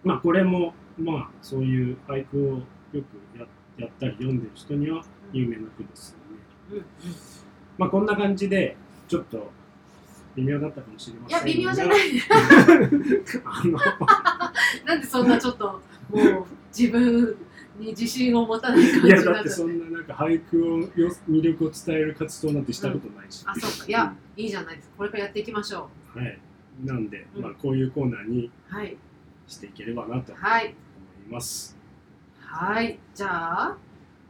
まあこれもまあそういう俳句をよくややったり読んでる人には有名な句ですよね。
うんうん
まあこんな感じでちょっと微妙だったかもしれま
い
せん
や、
が
微妙じゃない。
あの
なんでそんなちょっと、もう自分に自信を持たない感
い
じ
や
に
だ
な
っ
って
てそんななんか俳句をよ魅力を伝える活動なんてしたことないし、
あ、そうか。いや、いいじゃないですか。これからやっていきましょ
はいなんで、
うん
まあこういうコーナーに
う。はい。
していければなと思
はい。
います。
はい。じゃあ、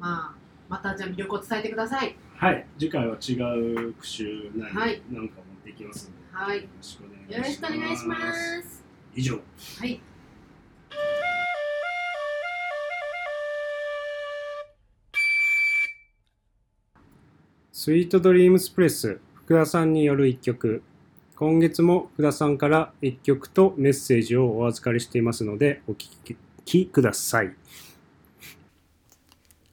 まあ、またじゃあ魅力を伝えてください。
はい、次回は違う句集な,、
はい
なんか持っていきますので、
はい
よろしくお願いし
よろ
ます。
しくお願いします。
以上。
はい。
スイートドリームスプレス福田さんによる一曲今月も福田さんから一曲とメッセージをお預かりしていますのでお聞きください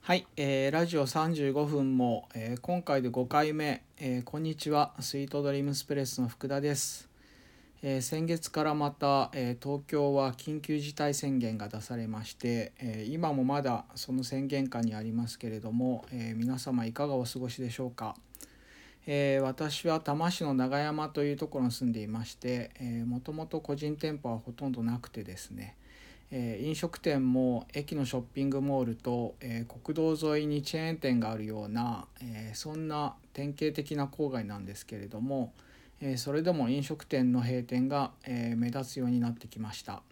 はい、えーラジオ35分も、えー今回で5回目、えーこんにちはスイートドリームスプレスの福田です、えー先月からまた、えー東京は緊急事態宣言が出されまして、えー今もまだその宣言下にありますけれども、えー皆様いかがお過ごしでしょうか、えー私は多摩市の永山というところに住んでいまして、えー、もともと個人店舗はほとんどなくてですねえー飲食店も駅のショッピングモールと、えー国道沿いにチェーン店があるような、えーそんな典型的な郊外なんですけれども、えーそれでも飲食店の閉店が、えー目立つようになってきました、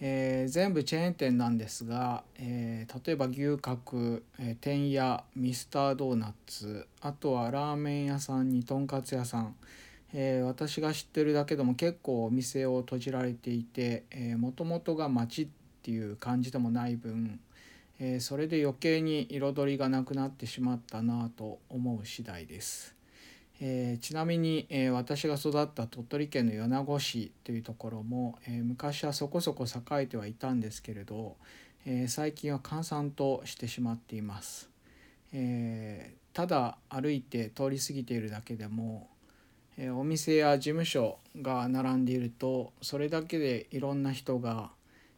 えー全部チェーン店なんですが、えー例えば牛角、えー、天屋ミスタードーナツあとはラーメン屋さんにとんかつ屋さんえー私が知ってるだけでも結構お店を閉じられていてもともとが町っていう感じでもない分、えーそれで余計に彩りがなくなってしまったなぁと思う次第です、えーちなみに、えー私が育った鳥取県の米子市というところも、えー昔はそこそこ栄えてはいたんですけれど、えー最近は閑散としてしまっています、えーただ歩いて通り過ぎているだけでもえーお店や事務所が並んでいるとそれだけでいろんな人が、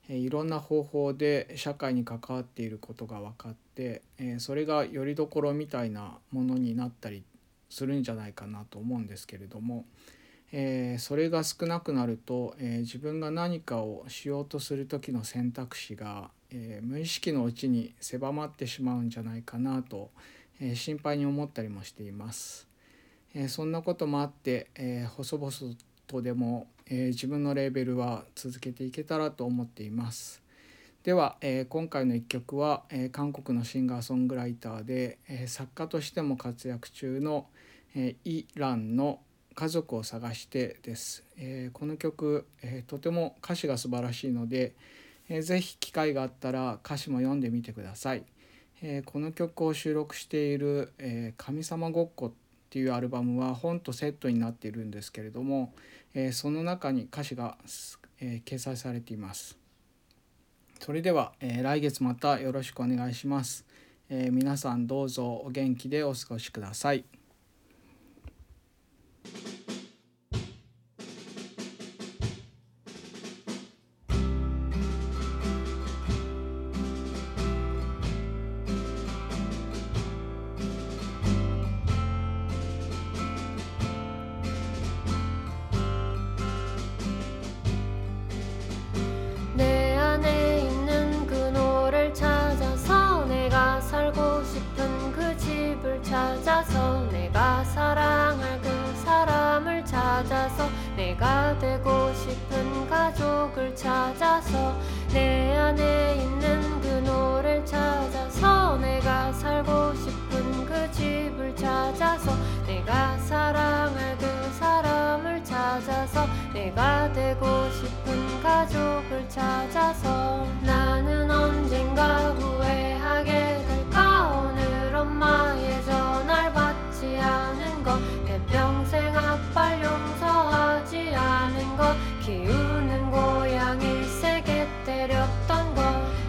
えーいろんな方法で社会に関わっていることが分かって、えーそれがよりどころみたいなものになったりするんじゃないかなと思うんですけれども、えーそれが少なくなると、えー自分が何かをしようとする時の選択肢が、えー無意識のうちに狭まってしまうんじゃないかなと、えー心配に思ったりもしています。えーそんなこともあって、えー細々とでも、えー自分のレーベルは続けていけたらと思っていますでは、えー今回の一曲は、えー韓国のシンガーソングライターで、えー作家としても活躍中の、えーイランの「家族を探して」です、えーこの曲、えーとても歌詞が素晴らしいので、えーぜひ機会があったら歌詞も読んでみてください、えーこの曲を収録している「えー神様ごっこ」っていうアルバムは本とセットになっているんですけれども、えーその中に歌詞が、すえー掲載されていますそれでは、えー来月またよろしくお願いします、えー皆さんどうぞお元気でお過ごしください
「그그 속을 찾아서 내 안에 있는 그 노래를 찾아서 내가 살고 싶은 그 집을 찾아서 내가 사랑할 그 사람을 찾아서 내가 되고 싶은 가족을 찾아서 나는 언젠가 후회하게 될까 오늘 엄마의 전화를 받지 않은 것 내 평생 아빠를 용서하지 않은 것 키우는 고양이 세게 때렸던 것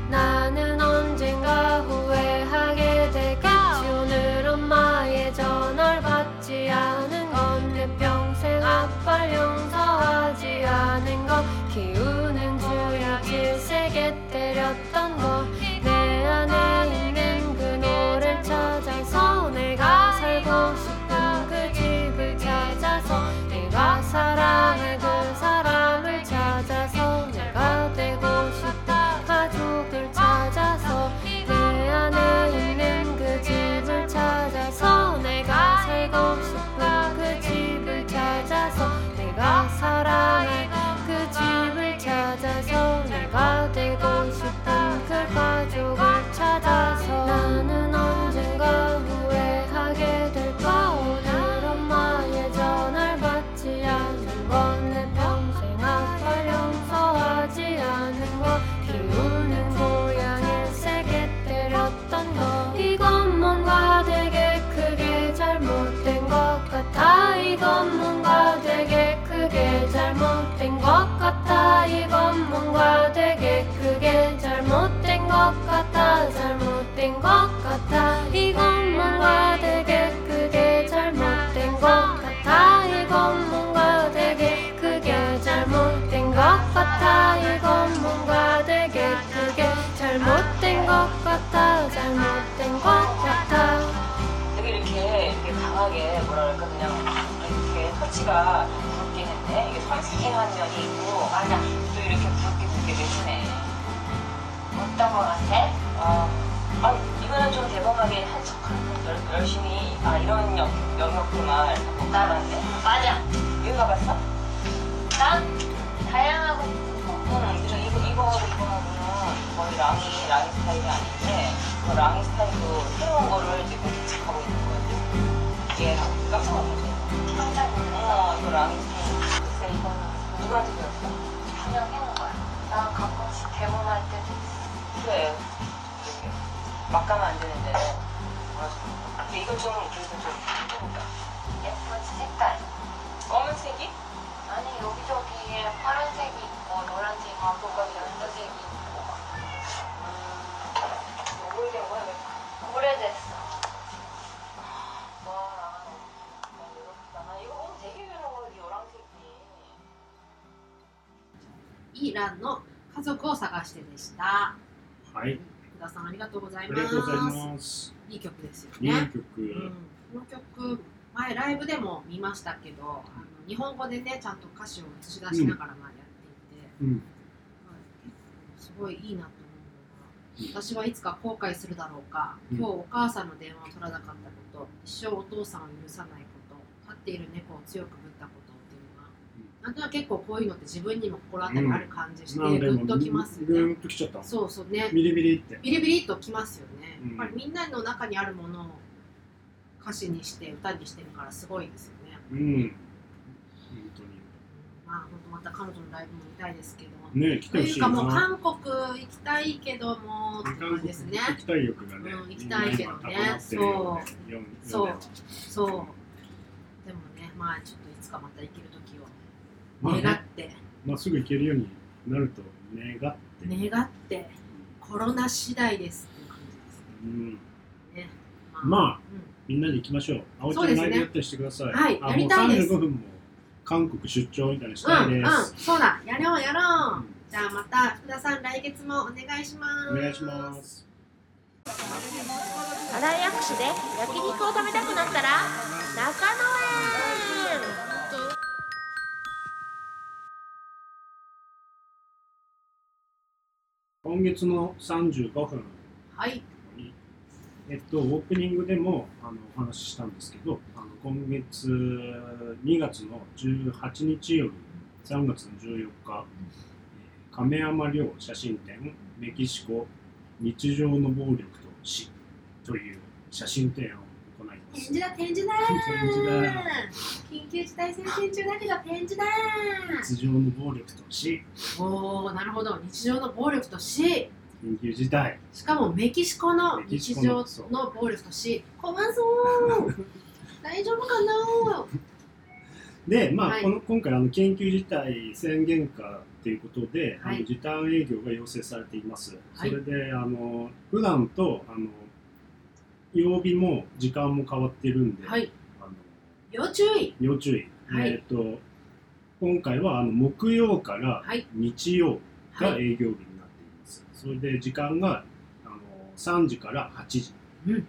나는 언젠가 후회하게 될까 오늘 엄마의 전화를 받지 않은 건 내 평생 아빠를 용서하지 않은 것 키우는 고양이 세게 때렸던 것 내 안에 있는 그 노래를 찾아서 내가 살고 싶은 그 집을 찾아서 내가 사랑할 그 사람을 찾아서 내가 되고 싶다 가족을 찾아서 내 안에 있는 그 집을 찾아서 내가 살고 싶은 그 집을 찾아서 내가 사랑할 그 집을 찾아서 내가 되고 싶은 그 가족을 찾아서 나는 언젠가 후회하게 될까 오늘 엄마의 전화를 받지 않는 건 내 평생 아빠 용서하지 않은 것 키우는 고양이 세게 때렸던 것 이건 뭔가 되게 크게 잘못된 것 같아 이건 뭔가 되게 크게 잘못된 것 같아 이건 뭔가 되게 크게 잘못된 것 같아 잘못된 것 같아 이건 뭔가 되게 크게 잘못된 것 같아 이건 뭔가 되게 크게 잘못된 것 같아 이건 뭔가 되게 크게 잘못된 것 같아 잘못된 것 같아
되게 이렇게 되게 강하게 뭐라 그럴까 그냥 이렇게 터치가 굵게 했네 이게 섬세한 면이 있고 맞아 또 이렇게 굵게 굵게 내주네 어떤 거 같아? 어, 아 이거는 좀 대범하게 한척하는 열- 열심히 아 이런 영, 영역구만 못 따라왔네 맞아 이거 가봤어? 나? 다양하고 응 그래서 이거 이거 이거하고는 거의 랑이 랑이 스타일이 아닌데 그 랑이 스타일로 새로운 거를 지금 개척하고 있는 거예요. 이게 깜짝 놀랐어요. 깜짝 놀랐어. 이거 랑이 스타일. 글쎄 이거는 누구한테 배웠어? 그냥 해놓은 거야. 나 가끔씩 대본할 때도 있어. 그래. 이렇게 막 가면 안 되는데. 뭐라 그러지? 근데 이건 좀 그래서 좀 예쁘니까. 예쁘지 색깔. 검은색이? 아니 여기저기에 파란색이 있고 노란색이 있고 연두색이 있고 음, 오래된 거야? 왜? 오래됐어 와 이렇다 이거 보면 되게 유명한 거 노란색이
イーランの家族を探してでした。
はい、
福田さんありがとうござ
あ
い
り
ます。
がとうございます。
いい曲ですよ
いい
ね。
曲。
うん、この曲前ライブでも見ましたけど、あの日本語でねちゃんと歌詞を映し出しながらまあやっていて、
うん、
まあすごいいいなと思うのが、私はいつか後悔するだろうか、
うん
今日お母さんの電話を取らなかったこと、一生お父さんを許さないこと、飼っている猫を強くぶったことっていうのは、なんとなく結構こういうのって自分にも心当たりある感じして、
なんで
グッ
も
ときますよ
ぐ
ね。
んときちゃった。
そうそうね。
ビリビリって。
ビリビリっときますよね、
うん
やっぱりみんなの中にあるものを歌詞にして歌にしてるからすごいですよね
うん。本
まあ本当また彼女のライブも見たいですけど
当に。ねえ、来
と
てほ
い
し
う
い
かもう
な。
韓国行きたいけどもって感じですね
行きたい欲がね。
うん行きたいけどね
みんな今高まってるよね。
そう
世の中
そうでもねまあちょっといつかまた行ける時を
まあ
願
ね、
って
まあすぐ行けるようになると願って。
願ってコロナ次第ですっていう感じです
うん。
ねあ、
まあ
うん
みんなで行きましょう。青ちゃ
そうんです
ラ
ね
イブやったりしてください。
はい
あ
やりたいです
もう35分も韓国出張みたいにしたい
うん
で
うん
す。
そうだやろうやろう、
うん
じゃあまた福田さん来月もお願いします
お願いします。
荒井薬師で焼肉を食べたくなったら中野園
今月の35分
はい
に、えっと、オープニングでもあのお話ししたんですけど、あの今月2月の18日より3月の14日亀山亮写真展メキシコ日常の暴力と死という写真展を行いま
展
す
示だ展示だ
展示だ
緊急事態宣言中だけど展示だ
日常の暴力と死
おおなるほど日常の暴力と死
緊急事態
しかもメキシコの
メキシ
日
コ
常
のそう
の暴力と死怖そう大丈夫かな
で、まあ
はい
この今回あの緊急事態宣言下ということで、
はい
あの時短営業が要請されています、
はい
それであの普段とあの曜日も時間も変わってるんで、
はい
あの
要注意
要注意、
はい
えっ、と今回はあの木曜から
はい
日曜
は
が営業日にな
い
っています、それで時間があの3時から8時
うん
っ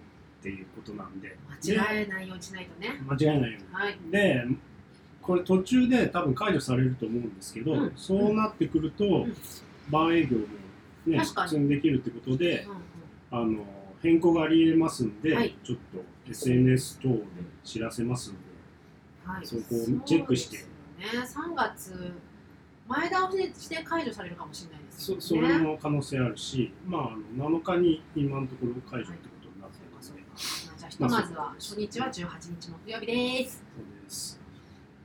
ていうことなんで
間違えないようにしないとね
間違いないように
はい
でこれ途中で多分解除されると思うんですけど、
うん
そうなってくると、
ん
晩営業も、ね、
確かに
普通にできるってことで
うんうん
あの変更がありえますんで、
はい
ちょっと SNS 等で知らせますんで、
はい、
そこをチェックして
そうですよね、3月、前倒しでして解除されるかもしれないですよ
そ
ね。
それも可能性あるし、まあ、あの7日に今のところ解除ってことになってますね。
じゃあ、ひとまずは初日は18日木曜日です。
そうです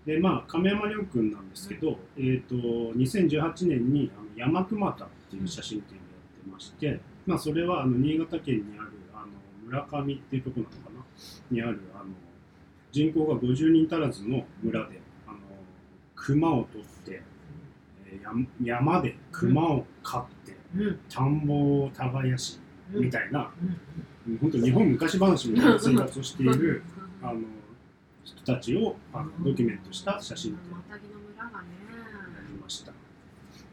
でまあ、亀山亮君なんですけど、えー、と2018年にあの山熊田っていう写真展をやってまして、まあ、それはあの新潟県にあるあの村上っていうところなのかなにあるあの人口が50人足らずの村であの熊を取って、えーや山で熊を飼って
うん、
田んぼを耕しみ
い
たいな、
うん
本当日本昔話みたいな生活をしている。
うん
あの人たちをあのドキュメントした写真展に
またぎの村がね、
なりました。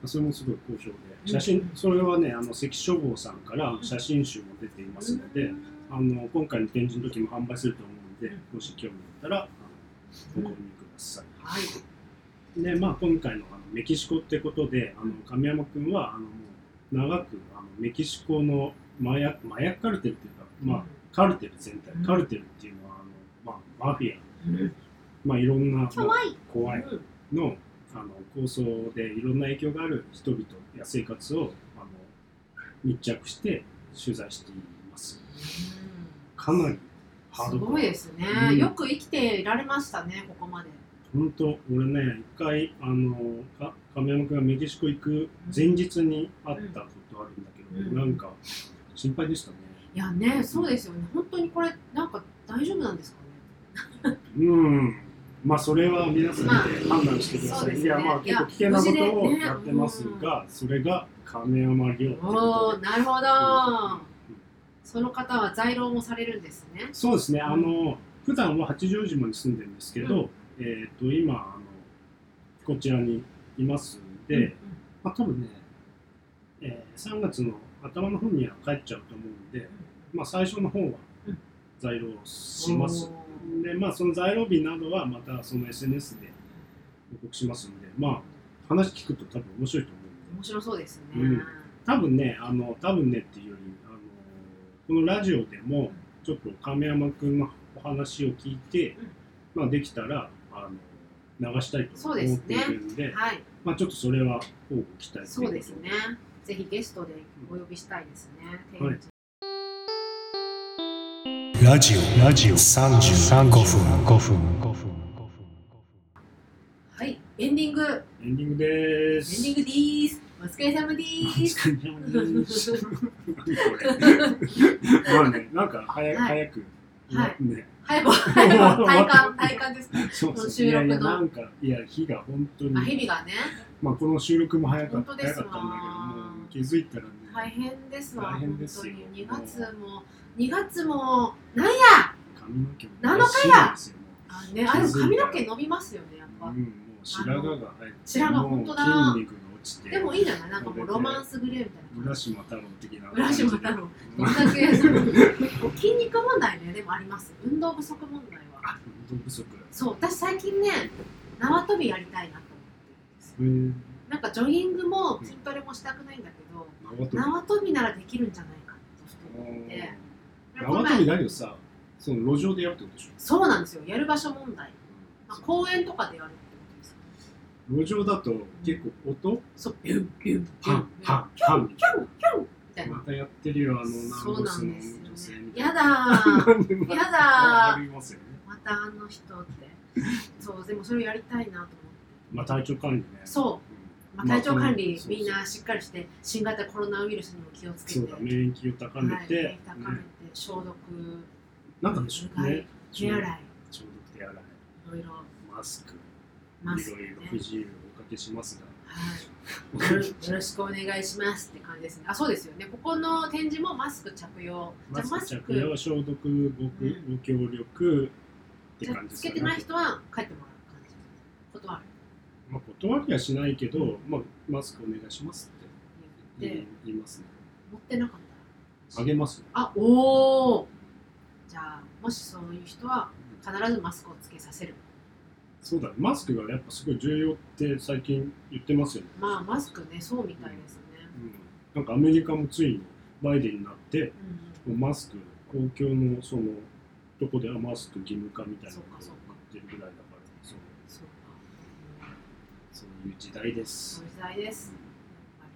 それもすごい好評で、写真それはねあの関書房さんから写真集も出ていますので、あの今回の展示の時も販売すると思うので、もし興味あったらあのご購入ください。
はい、
でまあ今回のあのメキシコってことであの神山君はあのもう長くあのメキシコの麻薬麻薬カルテルっていうかまあカルテル全体、
うん
カルテルっていうのはあの、まあ、マフィア、
うん
まあ、いろんな
かわいい。
怖い
うん
のあの構想でいろんな影響がある人々や生活をあの密着して取材していますかなりハー
す
ドコ
ご
ア
いですね、
うん
よく生きていられましたね、ここまで。
本当俺ね一回あのか亀山君がメキシコ行く前日に会ったことあるんだけど、
うん
なんか心配でしたね
いやね、そうですよね、本当にこれ、なんか大丈夫なんですかね。
うんまあそれは皆さんで判断してくだ
そ
さ
う
い、
ですね
いやまあ
いや
結構危険なことを
無事でね
やってますが、それが亀山亮っていう
お
こと
お
で
なるほ
うん
ど、その方は在労もされるんですね
そうですね、
ん
あの普段は八丈島に住んでるんですけど、えっ、と今あのこちらにいますんで、まあ多分ね、えー3月の頭の方には帰っちゃうと思うんで、まあ最初の方は
うん
在労します。で、まあその在労日などはまたその SNS で報告しますんで、まあ話聞くと多分面白いと思うん
面
で、
白そうですね、
うん多分ね、あの多分ねっていうより、あのこのラジオでもちょっと亀山くんのお話を聞いて、まあできたらあの流したいと
そう
思
です
っ
ね
ているんで、
はい
まあちょっとそれはこう期待とい
そう
こと
ですねぜひゲストでお呼びしたいですね、
はい
ラジオ、ラジオ、三十三五分、五分、五分。
はいエンディングエン
エンディングで
デ
ーす。
ィングでーすお疲れ様でーす
まあね、なんか早,、
はい
早く、
はい
ね、
早く早く体感体感ですね
そう
こ
そ
の
う
収録
い
の
やいやなんかいや日が本当
あ
に、
日々がね
まあこの収録も早かった
本当で
早
す
かっ
わ
たんだけどもう気づいたらね、
大変ですわ
大変です
本
よ
当に2月も2月もなんや
髪の毛も
七日や
白いですよも
あねあでも髪の毛伸びますよねやっ
う
ぱ
うん、もう白髪が入って、
白髪
もう
本当だ
筋肉が落ちて、
でもいいじゃないなんかもうロマンスグレーみたいな
浦島太郎的な
浦
感じで
島太郎どんだ け筋肉問題ねでもあります運動不足問題は
あ運動不足だ。
そう私最近ね縄跳びやりたいなと思ってるんですよ
えー、
なんかジョギングも筋トレもしたくないんだけど、
長友
縄跳びならできるんじゃないかなとちょっと思って
縄跳びだけどさ、その路上でやるってことでしょ
そうなんですよやる場所問題、まあ、公園とかでやるってことですよ
路上だと結構音
そうビュンビュン
パンパンパンみ
キ
たい
ュンキュンみたい
な
な
またやってるよあのナ
そ
ン
う
ゴ
な
スの
ん
女
です
性
よね
みたい
や
な
だー
なんで また
やだー
ありますよね
またあの人ってそうでもそれをやりたいなと思って
まあ体調管理ね
そうまあ、体調管理、
まあ
みんなしっかりして新型コロナウイルスにも気をつけて
そうだ免疫を高めて、
はい、高めて
ね
消毒
なんかでしょうね
手洗いい
消毒手洗い
ろいろ
マスク
マ
い
ス
ろ
ク
い
ね
ろ不自由をおかけしますが
はい、よろよろしくお願いしますって感じですねあそうですよねここの展示もマスク着用じゃあ
マ
マ
ス
ス
ク着用
ク
消毒ご,、
うん
ご協力って感じ
つけてない人は帰ってもらう感じ断る
まあ、断りはしないけど、まあ、マスクお願いしますって
言って、
言い言いますね
持ってなかったら
あげます
あおおじゃあもしそういう人は必ずマスクをつけさせる
そうだねマスクがやっぱすごい重要って最近言ってますよね、
まあマスクねそうみたいですね、
うん、なんかアメリカもついにバイデンになって
うん
もうマスク公共のそのどこではマスク義務化みたいな
そ
こ
うか
と
そう
を
か
言ってるぐらいだからそう
そうか
そういう時代で
そ
す
ういう時代ですやっ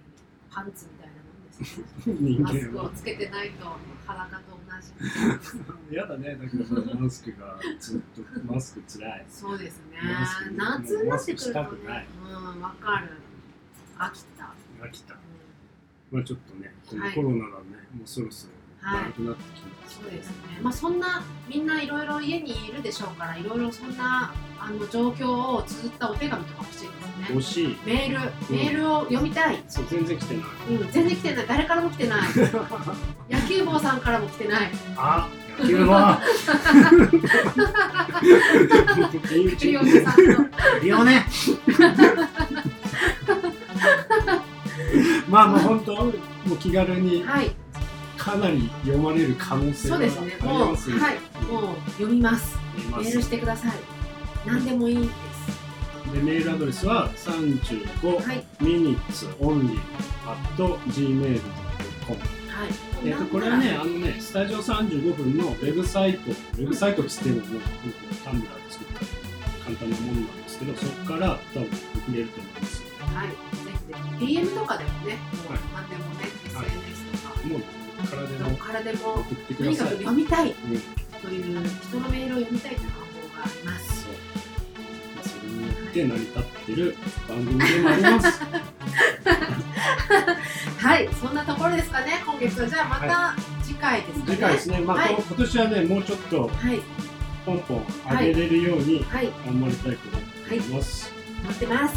ぱりパンツみたいなもんですね
人
マス
間
ク
は
をつけてないと裸と同じ
嫌だねだけどマスクがずっとマスクつらい
そうですね
マスク
夏になってくると
マスクしたくな
ね
い
うんわかる飽きた、
飽きた
うん
まあちょっとねこの
はい
コロナがね、もうそろそろ
はい
長くなってきます、
そうですねまあそんなみんないろいろ家にいるでしょうからいろいろそんなあの状況を綴ったお手紙とか欲しいですね
惜しい
メールメールを読みたい
そう全然来てない
うん、全然来てない誰からも来てない野球帽さんからも来てない
あ野 球は身
栗
内
吉さんの
リオ ね。まあもう本当もう気軽に
はい
かなり読まれる可能性
そ
が
う
あり
ですねもう
ま
は
すので
いもう読みます
読み
メ
ま
ー
す
ルしてください何でもいいです
でメールアドレスは35
はい
ミニッツオンリーアット gmail.com
はい
えっとこれはねあのねスタジオ35分のウェブサイトウェブサイトっつってももうタンブラーで作った簡単なものなんですけどそこから多分送れると思います
はいぜひぜひ DM とかでもねも
はいう
何でもね
はい
SNS とか
もうからで
どこ
も
からでも
送ってく
と
だ
にかく
さい
読みた
う
い
ん
という人のメールを読みたいという願望があります
そう。まあ、それによって成り立ってる番組でもあります。
はいそんなところですかね今月はじゃあまた次回ですかね
次回ですね、まあ、
はい
こ今年はね、もうちょっと
はい
ポンポン上げれるように
はい
頑張りたいと思います。
待ってます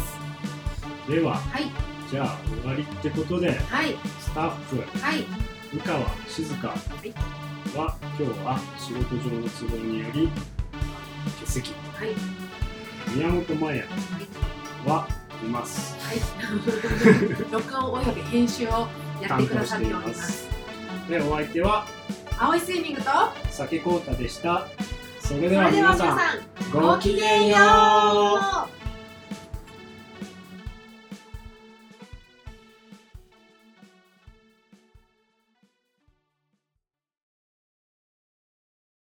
では、
はい
じゃあ終わりってことで、
はい
スタッフ、
はい
宇川静香は、今日は仕事上の都合により欠席。
はいはい
宮本麻也はいます。
はい 録音および編集をやってくださっておりま
担当していますすで、お相手は
青いスイミングと
酒こうたでした。それ
そ
では
れでは皆
皆
さ
さん
ん、
ごきげんよう
う